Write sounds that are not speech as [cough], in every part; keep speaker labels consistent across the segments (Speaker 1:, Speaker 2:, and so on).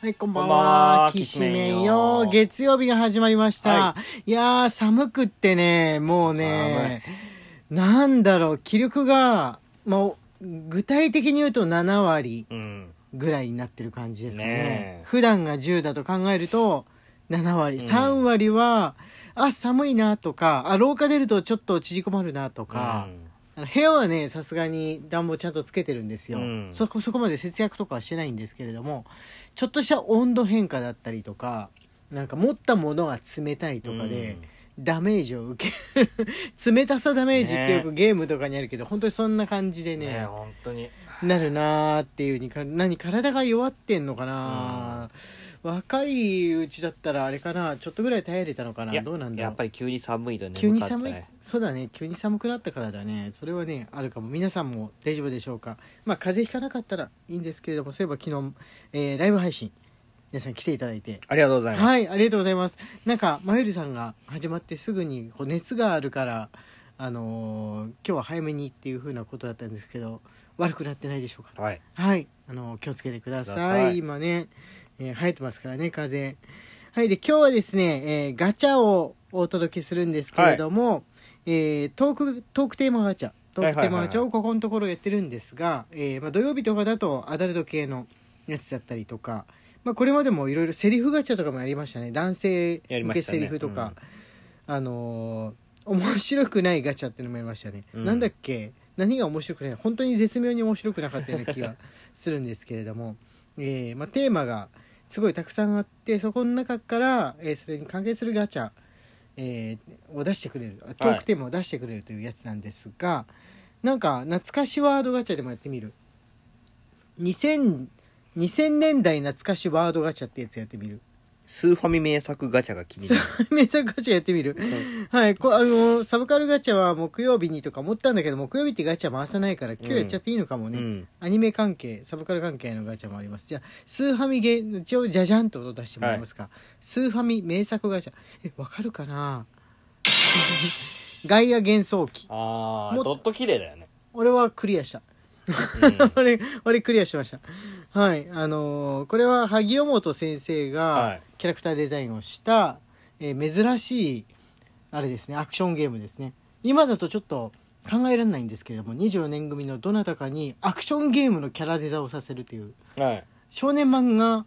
Speaker 1: はい、こんばん
Speaker 2: こんばん
Speaker 1: は
Speaker 2: は。
Speaker 1: き
Speaker 2: き
Speaker 1: し
Speaker 2: し
Speaker 1: め
Speaker 2: め
Speaker 1: ん
Speaker 2: ん
Speaker 1: よ
Speaker 2: よ。
Speaker 1: 月曜日が始まりました。、
Speaker 2: はい
Speaker 1: やー、寒くってね、もうね、なんだろう、気力が、もう、具体的に言うと7割
Speaker 2: うん。
Speaker 1: ぐらいになってる感じですかね。
Speaker 2: ねえ
Speaker 1: 普段が10だと考えると、7割、
Speaker 2: うん
Speaker 1: 3割は、あ、寒いなとか、あ、廊下出るとちょっと縮こまるなとか、あの部屋はねさすがに暖房ちゃんとつけてるんですよ、
Speaker 2: うん
Speaker 1: そこそこまで節約とかはしてないんですけれどもちょっとした温度変化だったりとかなんか持ったものが冷たいとかで、ダメージを受ける [laughs] 冷たさダメージってよくゲームとかにあるけど、本当にそんな感じで
Speaker 2: うん
Speaker 1: ね
Speaker 2: ねえ本当に。
Speaker 1: なるなーっていうにか何体が弱ってんのかな、若いうちだったらあれかなちょっとぐらい耐えれたのか
Speaker 2: い
Speaker 1: な
Speaker 2: や
Speaker 1: どうなんだ
Speaker 2: や
Speaker 1: ろう
Speaker 2: っぱり急に寒いとね。
Speaker 1: 急に寒い、
Speaker 2: 向かってね
Speaker 1: そうだね急に寒くなったからだねそれはねあるかも皆さんも大丈夫でしょうかまあ風邪ひかなかったらいいんですけれどもそういえば昨日、えーライブ配信皆さん来ていただいて
Speaker 2: ありがとうございます。
Speaker 1: はいありがとうございますなんかまゆりさんが始まってすぐにこう熱があるからあのー今日は早めにっていうふうなことだったんですけど悪くなってないでしょうか
Speaker 2: はい。
Speaker 1: はい、あの気をつけてください。
Speaker 2: ください
Speaker 1: 今ね、えー生えてますからね、風。はい、で今日はですね、えーガチャをお届けするんですけれども、えートークトークテーマガチャ、トークテーマガチャ
Speaker 2: は
Speaker 1: をここのところやってるんですが、えーまあ土曜日とかだとアダルト系のやつだったりとか、まあこれまでもいろいろセリフガチャとかもやりましたね。男性
Speaker 2: やり
Speaker 1: 向
Speaker 2: ま
Speaker 1: け
Speaker 2: した
Speaker 1: セ
Speaker 2: ね
Speaker 1: リフとか、あのー面白くないガチャってのもやりましたね、
Speaker 2: うん
Speaker 1: なんだっけ何が面白くない本当に絶妙に面白くなかったような
Speaker 2: [laughs]
Speaker 1: 気がするんですけれども、えーまあ、テーマがすごいたくさんあってそこの中から、えーそれに関係するガチャ、えーを出してくれるあトークテーマを出してくれるというやつなんですが、なんか懐かしワードガチャでもやってみる2000 2000年代懐かしワードガチャってやつやってみる
Speaker 2: スーファミ名作ガチャが気になる。
Speaker 1: [laughs] めちゃガチャやってみるはい、こあのサブカルガチャは木曜日にとか思ったんだけど木曜日ってガチャ回さないから今日やっちゃっていいのかも
Speaker 2: う
Speaker 1: ね、
Speaker 2: ん。
Speaker 1: アニメ関係サブカル関係のガチャもありますじゃあスーファミゲー一応ジャジャンと音出してもらえますか、スーファミ名作ガチャえわかるかな [laughs] ガイア幻想機
Speaker 2: [laughs] あ
Speaker 1: も
Speaker 2: あ、
Speaker 1: っ
Speaker 2: ドット綺麗だよね。
Speaker 1: 俺はクリアした [laughs]
Speaker 2: うん
Speaker 1: 俺俺クリアしましたはいあのーこれは萩尾本先生
Speaker 2: は
Speaker 1: が
Speaker 2: い
Speaker 1: キャラクターデザインをした、えー珍しいあれですねアクションゲームですね今だとちょっと考えられないんですけれども24年組のどなたかにアクションゲームのキャラデザをさせるという
Speaker 2: [laughs] はい。
Speaker 1: 少年漫画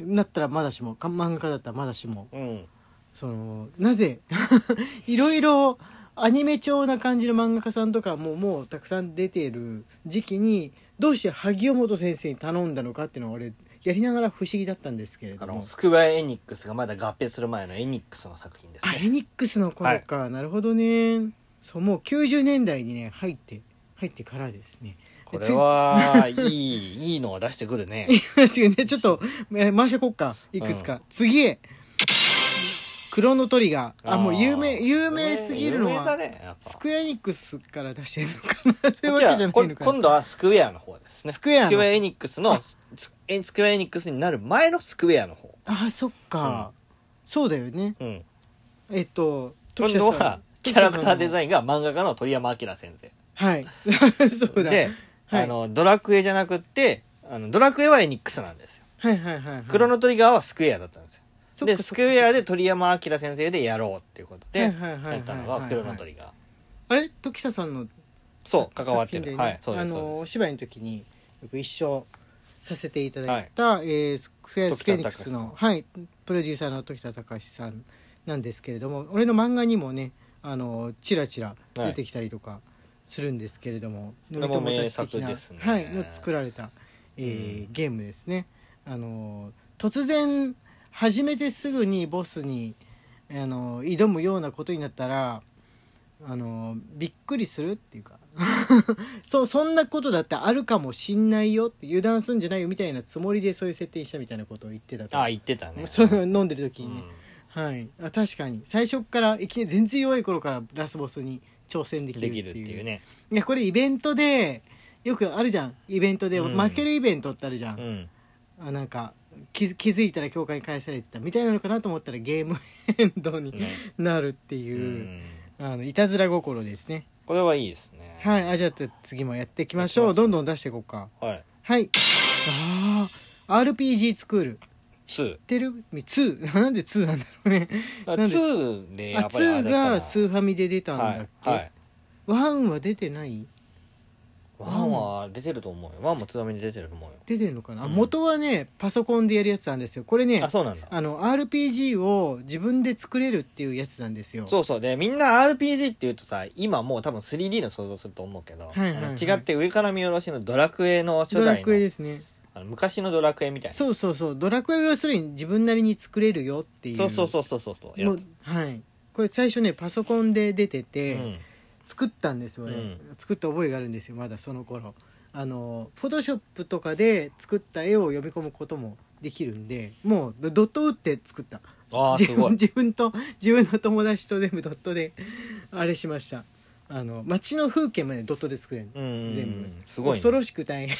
Speaker 1: になったらまだしもか漫画家だったらまだしも
Speaker 2: うん。
Speaker 1: そのなぜ [laughs] いろいろアニメ調な感じの漫画家さんとかももうたくさん出ている時期にどうして萩尾本先生に頼んだのかっていうのは俺やりながら不思議だったんですけれど
Speaker 2: あの、
Speaker 1: も
Speaker 2: スクエアエニックスがまだ合併する前のエニックスの作品です
Speaker 1: あ
Speaker 2: ね。
Speaker 1: エニックスの頃か、なるほどねそうもう90年代にね入って入ってからですね
Speaker 2: これは、いい、いい [laughs] のを出してくるね。
Speaker 1: 確かにねちょっとえー回してこっかいくつか、次へクロノトリガーあもう有名有名すぎるの
Speaker 2: 有名だ
Speaker 1: は
Speaker 2: ね。やっぱ
Speaker 1: スクエアエニックスから出してるのかな
Speaker 2: [laughs]
Speaker 1: [laughs] そういうわけ
Speaker 2: こっち
Speaker 1: じゃ
Speaker 2: は
Speaker 1: ないの
Speaker 2: こ
Speaker 1: かな
Speaker 2: 今度はスクエアの方ですね
Speaker 1: スクエアの
Speaker 2: エニックスのススエスクエアエニックスになる前のスクエアの方
Speaker 1: あそっか、そうだよね
Speaker 2: うん
Speaker 1: えっと
Speaker 2: 今度はキャラクターデザ
Speaker 1: イン
Speaker 2: インが漫画家の鳥山明先生
Speaker 1: はい [laughs] そうだ
Speaker 2: で、
Speaker 1: はい
Speaker 2: あのドラクエじゃなくってあのドラクエはエニックスなんですよ
Speaker 1: はいはいはい、はい、
Speaker 2: クロノトリガーはスクエアだったんですよ
Speaker 1: そっかそ
Speaker 2: で
Speaker 1: っか
Speaker 2: スクエアで鳥山明先生でやろうっていうことで
Speaker 1: は
Speaker 2: や
Speaker 1: いはいはいはいはい
Speaker 2: ったのがクロノトリガー
Speaker 1: あれ時田さんの
Speaker 2: そう関わって
Speaker 1: 作
Speaker 2: る、
Speaker 1: 品でね
Speaker 2: はいそうで
Speaker 1: あ
Speaker 2: す
Speaker 1: の
Speaker 2: そう
Speaker 1: お
Speaker 2: です
Speaker 1: 芝居の時によく一緒させていただいた、えースクエアスクエニックスの
Speaker 2: 時田隆、
Speaker 1: はい、プロデューサーの時田隆さんなんですけれども俺の漫画にもねあのチラチラ出てきたりとかするんですけれども、
Speaker 2: で
Speaker 1: 飲み
Speaker 2: も
Speaker 1: 友達的な
Speaker 2: 名作ですね
Speaker 1: はい、の作られた、えー
Speaker 2: う
Speaker 1: ゲームですね。あの突然始めてすぐにボスにあの挑むようなことになったらあのびっくりするっていうか [laughs] そうそんなことだってあるかもしんないよって油断すんじゃないよみたいなつもりでそういう設定にしたみたいなことを言ってたと
Speaker 2: ああ言ってたね
Speaker 1: そう飲んでる時
Speaker 2: う
Speaker 1: にね
Speaker 2: ん、
Speaker 1: はいあ確かに最初からいきなり全然弱い頃からラスボスに挑戦できる
Speaker 2: で
Speaker 1: って
Speaker 2: き
Speaker 1: い
Speaker 2: る
Speaker 1: う
Speaker 2: っていうね
Speaker 1: いやこれイベントでよくあるじゃんイベントで、
Speaker 2: うん
Speaker 1: 負けるイベントってあるじゃん、
Speaker 2: うん
Speaker 1: あなんか気づ気づいたら教会に返されてたみたいなのかなと思ったらゲームエンドに
Speaker 2: ね
Speaker 1: なるって
Speaker 2: う
Speaker 1: [laughs] いう、
Speaker 2: ん
Speaker 1: あのいたずら心ですね
Speaker 2: これはいいですね
Speaker 1: はいあじゃあ次もやっていきましょう
Speaker 2: やって
Speaker 1: ど
Speaker 2: みます
Speaker 1: んどん出していこうか
Speaker 2: はい
Speaker 1: はいあー RPG スクール
Speaker 2: 2
Speaker 1: てる2 [laughs] なんで2なんだろうね
Speaker 2: あ
Speaker 1: なんで
Speaker 2: 2でや
Speaker 1: あ
Speaker 2: っぱりあ
Speaker 1: 2
Speaker 2: れかな
Speaker 1: がスーファミで出たん
Speaker 2: は
Speaker 1: だっ
Speaker 2: い
Speaker 1: け、
Speaker 2: はい
Speaker 1: 1は出てない
Speaker 2: ワンは出てると思うよワンも津波に出てると思うよ
Speaker 1: 出てるのかな、あ
Speaker 2: うん
Speaker 1: 元はねパソコンでやるやつなんですよこれね
Speaker 2: あそうなんだ
Speaker 1: あの RPG を自分で作れるっていうやつなんですよ
Speaker 2: そうそうでみんな RPG っていうとさ今もう多分 3D の想像すると思うけど、
Speaker 1: はいはいはい
Speaker 2: あの違って上から見下ろしのドラクエの初
Speaker 1: ドラ
Speaker 2: 代
Speaker 1: クエ
Speaker 2: の
Speaker 1: ですね
Speaker 2: あの昔のドラクエみたいな
Speaker 1: そうそうそうドラクエを要するに自分なりに作れるよっていう
Speaker 2: そうそうそうそうそうそう
Speaker 1: も
Speaker 2: や
Speaker 1: う
Speaker 2: つ
Speaker 1: はいこれ最初ねパソコンで出てて、
Speaker 2: うん
Speaker 1: 作ったんですよね、
Speaker 2: うん
Speaker 1: 作った覚えがあるんですよまだその頃あのフォトショップとかで作った絵を読み込むこともできるんでもうドドット打って作った
Speaker 2: ああす
Speaker 1: 自 [laughs]
Speaker 2: ご
Speaker 1: 分
Speaker 2: い
Speaker 1: 自分と自分の友達と全部ドットであれしましたあの街の風景までドットで作れるの
Speaker 2: うんうんうん
Speaker 1: 全部
Speaker 2: すごい、
Speaker 1: 恐
Speaker 2: ね、
Speaker 1: ろしく大変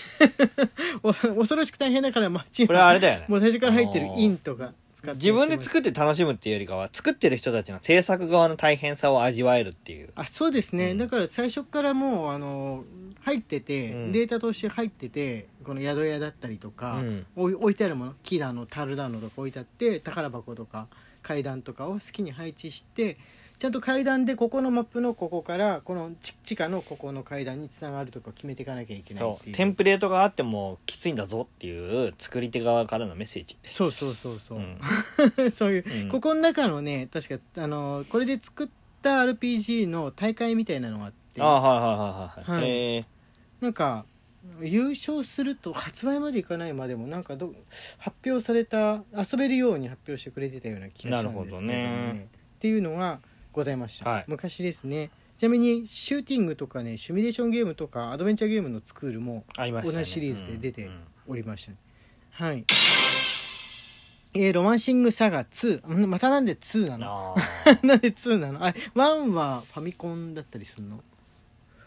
Speaker 1: [laughs] お恐ろしく大変だから街
Speaker 2: これはあれだよね
Speaker 1: もう最初から入ってる
Speaker 2: あのー
Speaker 1: インとか使って
Speaker 2: 自分で
Speaker 1: る
Speaker 2: 作って楽しむっていうよりかは作ってる人たちの制作側の大変さを味わえるっていう
Speaker 1: あそうですね、
Speaker 2: うん
Speaker 1: だから最初からもうあの入ってて、
Speaker 2: うん
Speaker 1: データとして入っててこの宿屋だったりとか、
Speaker 2: うん
Speaker 1: おい置いてあるもの木だの樽だのとか置いてあって宝箱とか階段とかを好きに配置してちゃんと階段でここのマップのここからこの地地下のここの階段につながるとか決めていかなきゃいけないっ
Speaker 2: そ
Speaker 1: て
Speaker 2: う
Speaker 1: いう
Speaker 2: テンプレートがあってもきついんだぞっていう作り手側からのメッセージ
Speaker 1: そうそうそうそう、
Speaker 2: うん
Speaker 1: [laughs] そういう、
Speaker 2: うん
Speaker 1: ここの中のね確かあのこれで作った RPG の大会みたいなのがあって
Speaker 2: ああはいはいはいはい、
Speaker 1: はい
Speaker 2: えー
Speaker 1: なんか優勝すると発売までいかないまでもなんかど発表された遊べるように発表してくれてたような気がしたんですけどね
Speaker 2: なるほどね
Speaker 1: っていうのがございました、
Speaker 2: はい
Speaker 1: 昔ですねちなみにシューティングとかねシミュレーションゲームとかアドベンチャーゲームのスクールも
Speaker 2: ありましたね
Speaker 1: 同じシリーズで出て
Speaker 2: うんうん
Speaker 1: おりましたね、はいえーロマンシングサガ2んまたなんで2なの
Speaker 2: あ
Speaker 1: [laughs]
Speaker 2: ー
Speaker 1: なんで2なのあれ1はファミコンだったりするの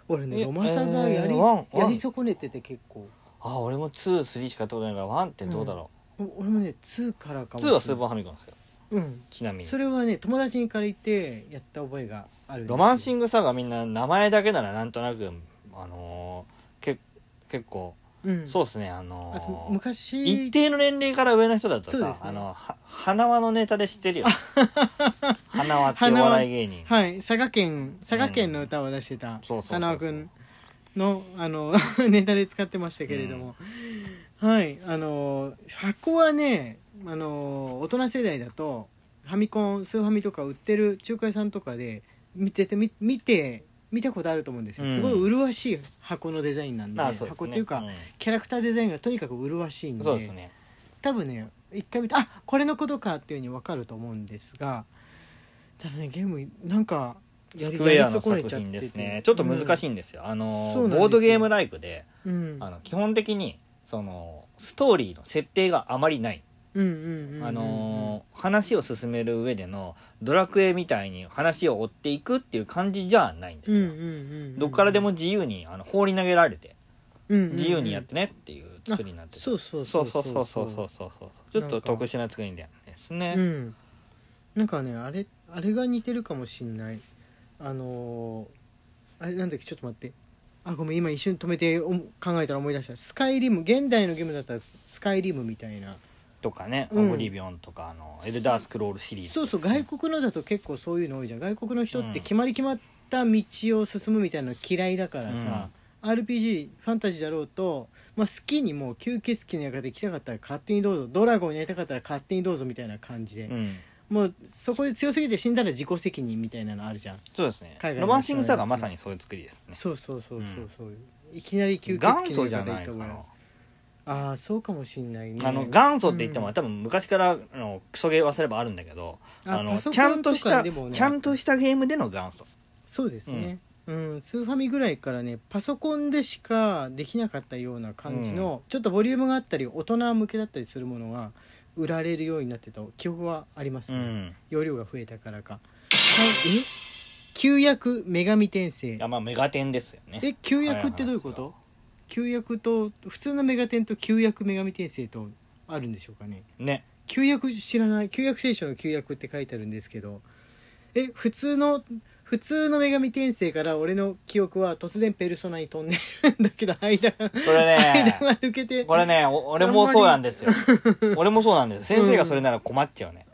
Speaker 1: 俺ね
Speaker 2: え
Speaker 1: ロマサガやり,、
Speaker 2: えーワンワン
Speaker 1: やり損ねてて結構
Speaker 2: [laughs] あ俺も23しかやったことないから1ってどうだろ
Speaker 1: お俺もね2から
Speaker 2: う、
Speaker 1: かも
Speaker 2: 2はスーパーファミコンですよ
Speaker 1: うん
Speaker 2: ちなみに
Speaker 1: それはね友達に借りてやった覚えがある
Speaker 2: ロマンシン
Speaker 1: グ
Speaker 2: グサガみんな名前だけならなんとなくあのー、け結構、
Speaker 1: うん
Speaker 2: そうですねあ
Speaker 1: あと
Speaker 2: のー
Speaker 1: 昔
Speaker 2: 一定の年齢から上の人だと
Speaker 1: そう
Speaker 2: さ、
Speaker 1: ですね
Speaker 2: あのは花輪のネタで知っ
Speaker 1: [laughs]
Speaker 2: てるよ花輪ってお笑い芸人
Speaker 1: はい佐賀県佐賀県の歌を出してた
Speaker 2: そうそうそうそう
Speaker 1: 花輪君のあの [laughs] ネタで使ってましたけれども、はいあの箱はねあの大人世代だとファミコンスーファミとか売ってる中華屋さんとかで見てて見見て見たことあると思うんですよ、
Speaker 2: うん
Speaker 1: すごい麗しい箱のデザインなんで
Speaker 2: あそうですね
Speaker 1: 箱っていうか、
Speaker 2: ん
Speaker 1: キャラクターデザインがとにかく麗しいんで
Speaker 2: そうですね
Speaker 1: 多分ね一回見てあこれのことかっていうふうに分かると思うんですがただねゲームなんか
Speaker 2: スクエアの作品
Speaker 1: て
Speaker 2: で
Speaker 1: て
Speaker 2: すねちょっと難し
Speaker 1: い、
Speaker 2: いんですよ、あのー
Speaker 1: そうなんですよ
Speaker 2: ボードゲームライブで
Speaker 1: うん、
Speaker 2: あの基本的にそのストーリーの設定があまりない、
Speaker 1: うんうんうんうんうん
Speaker 2: あのー話を進める上でのドラクエみたいに話を追っていくっていう感じじゃないんです
Speaker 1: うん
Speaker 2: よ、
Speaker 1: うんうん
Speaker 2: どっからでも自由にあの放り投げられて自
Speaker 1: 自
Speaker 2: 由にやってねっていう作りになってて、
Speaker 1: そうそう
Speaker 2: そうそうそうそうそうそうそうちょっと特殊な作りですね、
Speaker 1: うんなんかねあれあれが似てるかもしんないあのーあれなんだっけちょっと待ってあごめん今一瞬止めてお考えたら思い出したスカイリム現代のゲームだったらスカイリムみたいな
Speaker 2: とかね、
Speaker 1: うん
Speaker 2: オブリビオンとかあのエルダースクロールシリーズ
Speaker 1: そうそう
Speaker 2: ですね
Speaker 1: 外国のだと結構そういうの多いじゃん外国の人っ
Speaker 2: う
Speaker 1: て
Speaker 2: ん
Speaker 1: 決まり決まった道を進むみたいなの嫌いだからさ、RPG ファンタジーだろうと、まあ、好きにもう吸血鬼の館行きたかったら勝手にどうぞドラゴンになりたかったら勝手にどうぞみたいな感じで、
Speaker 2: うん
Speaker 1: もうそこで強すぎて死んだら自己責任みたいなのあるじゃん、
Speaker 2: そうですね
Speaker 1: 海外の
Speaker 2: ロマンシングサガまさにそういう作りですね
Speaker 1: そうそうそうそう
Speaker 2: うん
Speaker 1: そう、いきなり吸血
Speaker 2: 元
Speaker 1: 鬼
Speaker 2: 祖
Speaker 1: の
Speaker 2: じゃ
Speaker 1: 館行
Speaker 2: な
Speaker 1: っ
Speaker 2: い
Speaker 1: た
Speaker 2: か
Speaker 1: 方
Speaker 2: な
Speaker 1: がああそうかもしんないね
Speaker 2: あの元祖って言って
Speaker 1: う
Speaker 2: も
Speaker 1: ん
Speaker 2: 多分昔からあのクソゲーはすればあるんだけどあの
Speaker 1: パソ
Speaker 2: ち
Speaker 1: コ
Speaker 2: ゃ
Speaker 1: ン
Speaker 2: んとした
Speaker 1: かでもね
Speaker 2: ちゃんとしたゲームでの元祖
Speaker 1: そうですね、うんスーファミぐらいからねパソコンでしかできなかったような感じの、ちょっとボリュームがあったり大人向けだったりするものが売られるようになってた記憶はあります
Speaker 2: う
Speaker 1: ね、
Speaker 2: ん
Speaker 1: 容量が増えたからか、はい、え旧約女神転生
Speaker 2: あまあメガテンですよね
Speaker 1: え旧約ってどういうこ
Speaker 2: は
Speaker 1: と旧約と普通のメガテンと旧約女神転生とあるんでしょうかね
Speaker 2: ね
Speaker 1: 旧約知らない旧約聖書の旧約って書いてあるんですけどえ普通の普通の女神転生から俺の記憶は突然ペルソナに飛んでるんだけど間が
Speaker 2: こ
Speaker 1: [laughs]
Speaker 2: れ
Speaker 1: 間
Speaker 2: ね
Speaker 1: が抜けて
Speaker 2: これねお俺もそうなんで
Speaker 1: [laughs]
Speaker 2: すよ俺もそうなんです先生がそれなら困っちゃうね、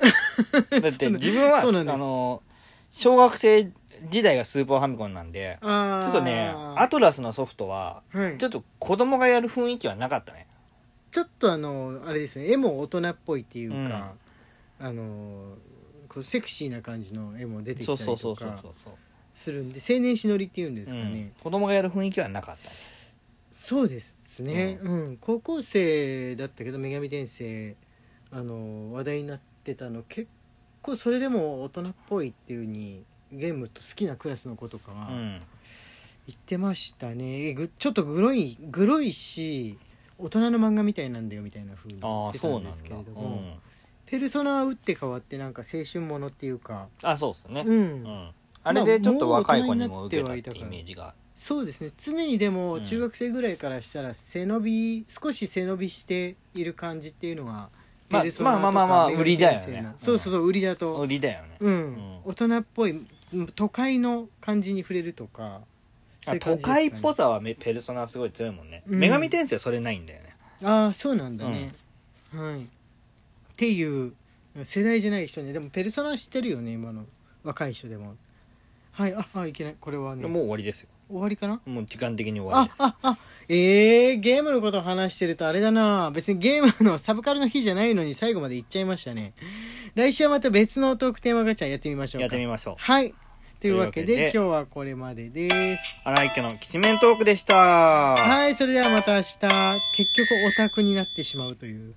Speaker 2: だって自分
Speaker 1: [laughs]
Speaker 2: は
Speaker 1: そうなんです
Speaker 2: あの小学生時代がスーパーファミコンなんで
Speaker 1: あー
Speaker 2: ちょっとねアトラスのソフトは
Speaker 1: はい、ち
Speaker 2: ちょ
Speaker 1: ょ
Speaker 2: っと子供がやる雰囲気はなかったね
Speaker 1: っとあのあれですね絵も大人っぽいっていうか、あのこうセクシーな感じの絵も出てきた
Speaker 2: そう
Speaker 1: り
Speaker 2: そうそ
Speaker 1: と
Speaker 2: うそう
Speaker 1: か
Speaker 2: そうそう
Speaker 1: するんで青年しのりっていうんですかね、
Speaker 2: うん子供がやる雰囲気はなかったね
Speaker 1: そうですね、うん高校生だったけど女神転生あの話題になってたの結構それでも大人っぽいっていう風にゲームと好きなクラスの子とかは
Speaker 2: うん
Speaker 1: 言ってましたね、えぐちょっとグロいグロいし大人の漫画みたいなんだよみたいな風に言
Speaker 2: あ
Speaker 1: っ
Speaker 2: あ
Speaker 1: てた
Speaker 2: そうんな
Speaker 1: で
Speaker 2: ん
Speaker 1: すけ
Speaker 2: だ、
Speaker 1: れ
Speaker 2: う
Speaker 1: ども、
Speaker 2: ん、
Speaker 1: ペルソナは打って変わってなんか青春ものっていうか、
Speaker 2: あそうですね
Speaker 1: う
Speaker 2: うんんあれでちょっと若い子にも受けたってイメージが
Speaker 1: そうですね常にで
Speaker 2: う
Speaker 1: も
Speaker 2: ん
Speaker 1: 中学生ぐらいからしたら背伸び、少し背伸びしている感じっていうのが
Speaker 2: まあ
Speaker 1: ペルソナとか
Speaker 2: まあまあまあ
Speaker 1: メガ
Speaker 2: 売
Speaker 1: ネ
Speaker 2: りだよね
Speaker 1: 先生の
Speaker 2: うん
Speaker 1: そうそうそう売りだと、
Speaker 2: 売りだよね、
Speaker 1: うん
Speaker 2: ん
Speaker 1: 大人っぽいうん都会の感じに触れるとかそういう感じ
Speaker 2: 都
Speaker 1: ですか
Speaker 2: 会
Speaker 1: ね
Speaker 2: っぽさはめペルソナすごい強いもんね、
Speaker 1: うん
Speaker 2: 女神転生それないんだよね
Speaker 1: ああそうなんだね、はいっていう世代じゃない人ねでもペルソナは知ってるよね今の若い人でもはいああいけないこれはね
Speaker 2: もう終わりですよ
Speaker 1: 終わりかな
Speaker 2: もう時間的に終わり
Speaker 1: あ
Speaker 2: です
Speaker 1: ああえー、ゲームのことを話してるとあれだな別にゲームのサブカルの日じゃないのに最後まで行っちゃいましたね来週はまた別のトークテーマガチャやってみましょうか
Speaker 2: やってみましょ
Speaker 1: はいというわけ
Speaker 2: という
Speaker 1: で今
Speaker 2: わけで
Speaker 1: 日はこれまでです
Speaker 2: う荒井家のきちめんトークでした
Speaker 1: はいそれではまた明日結局オタクになってしまうという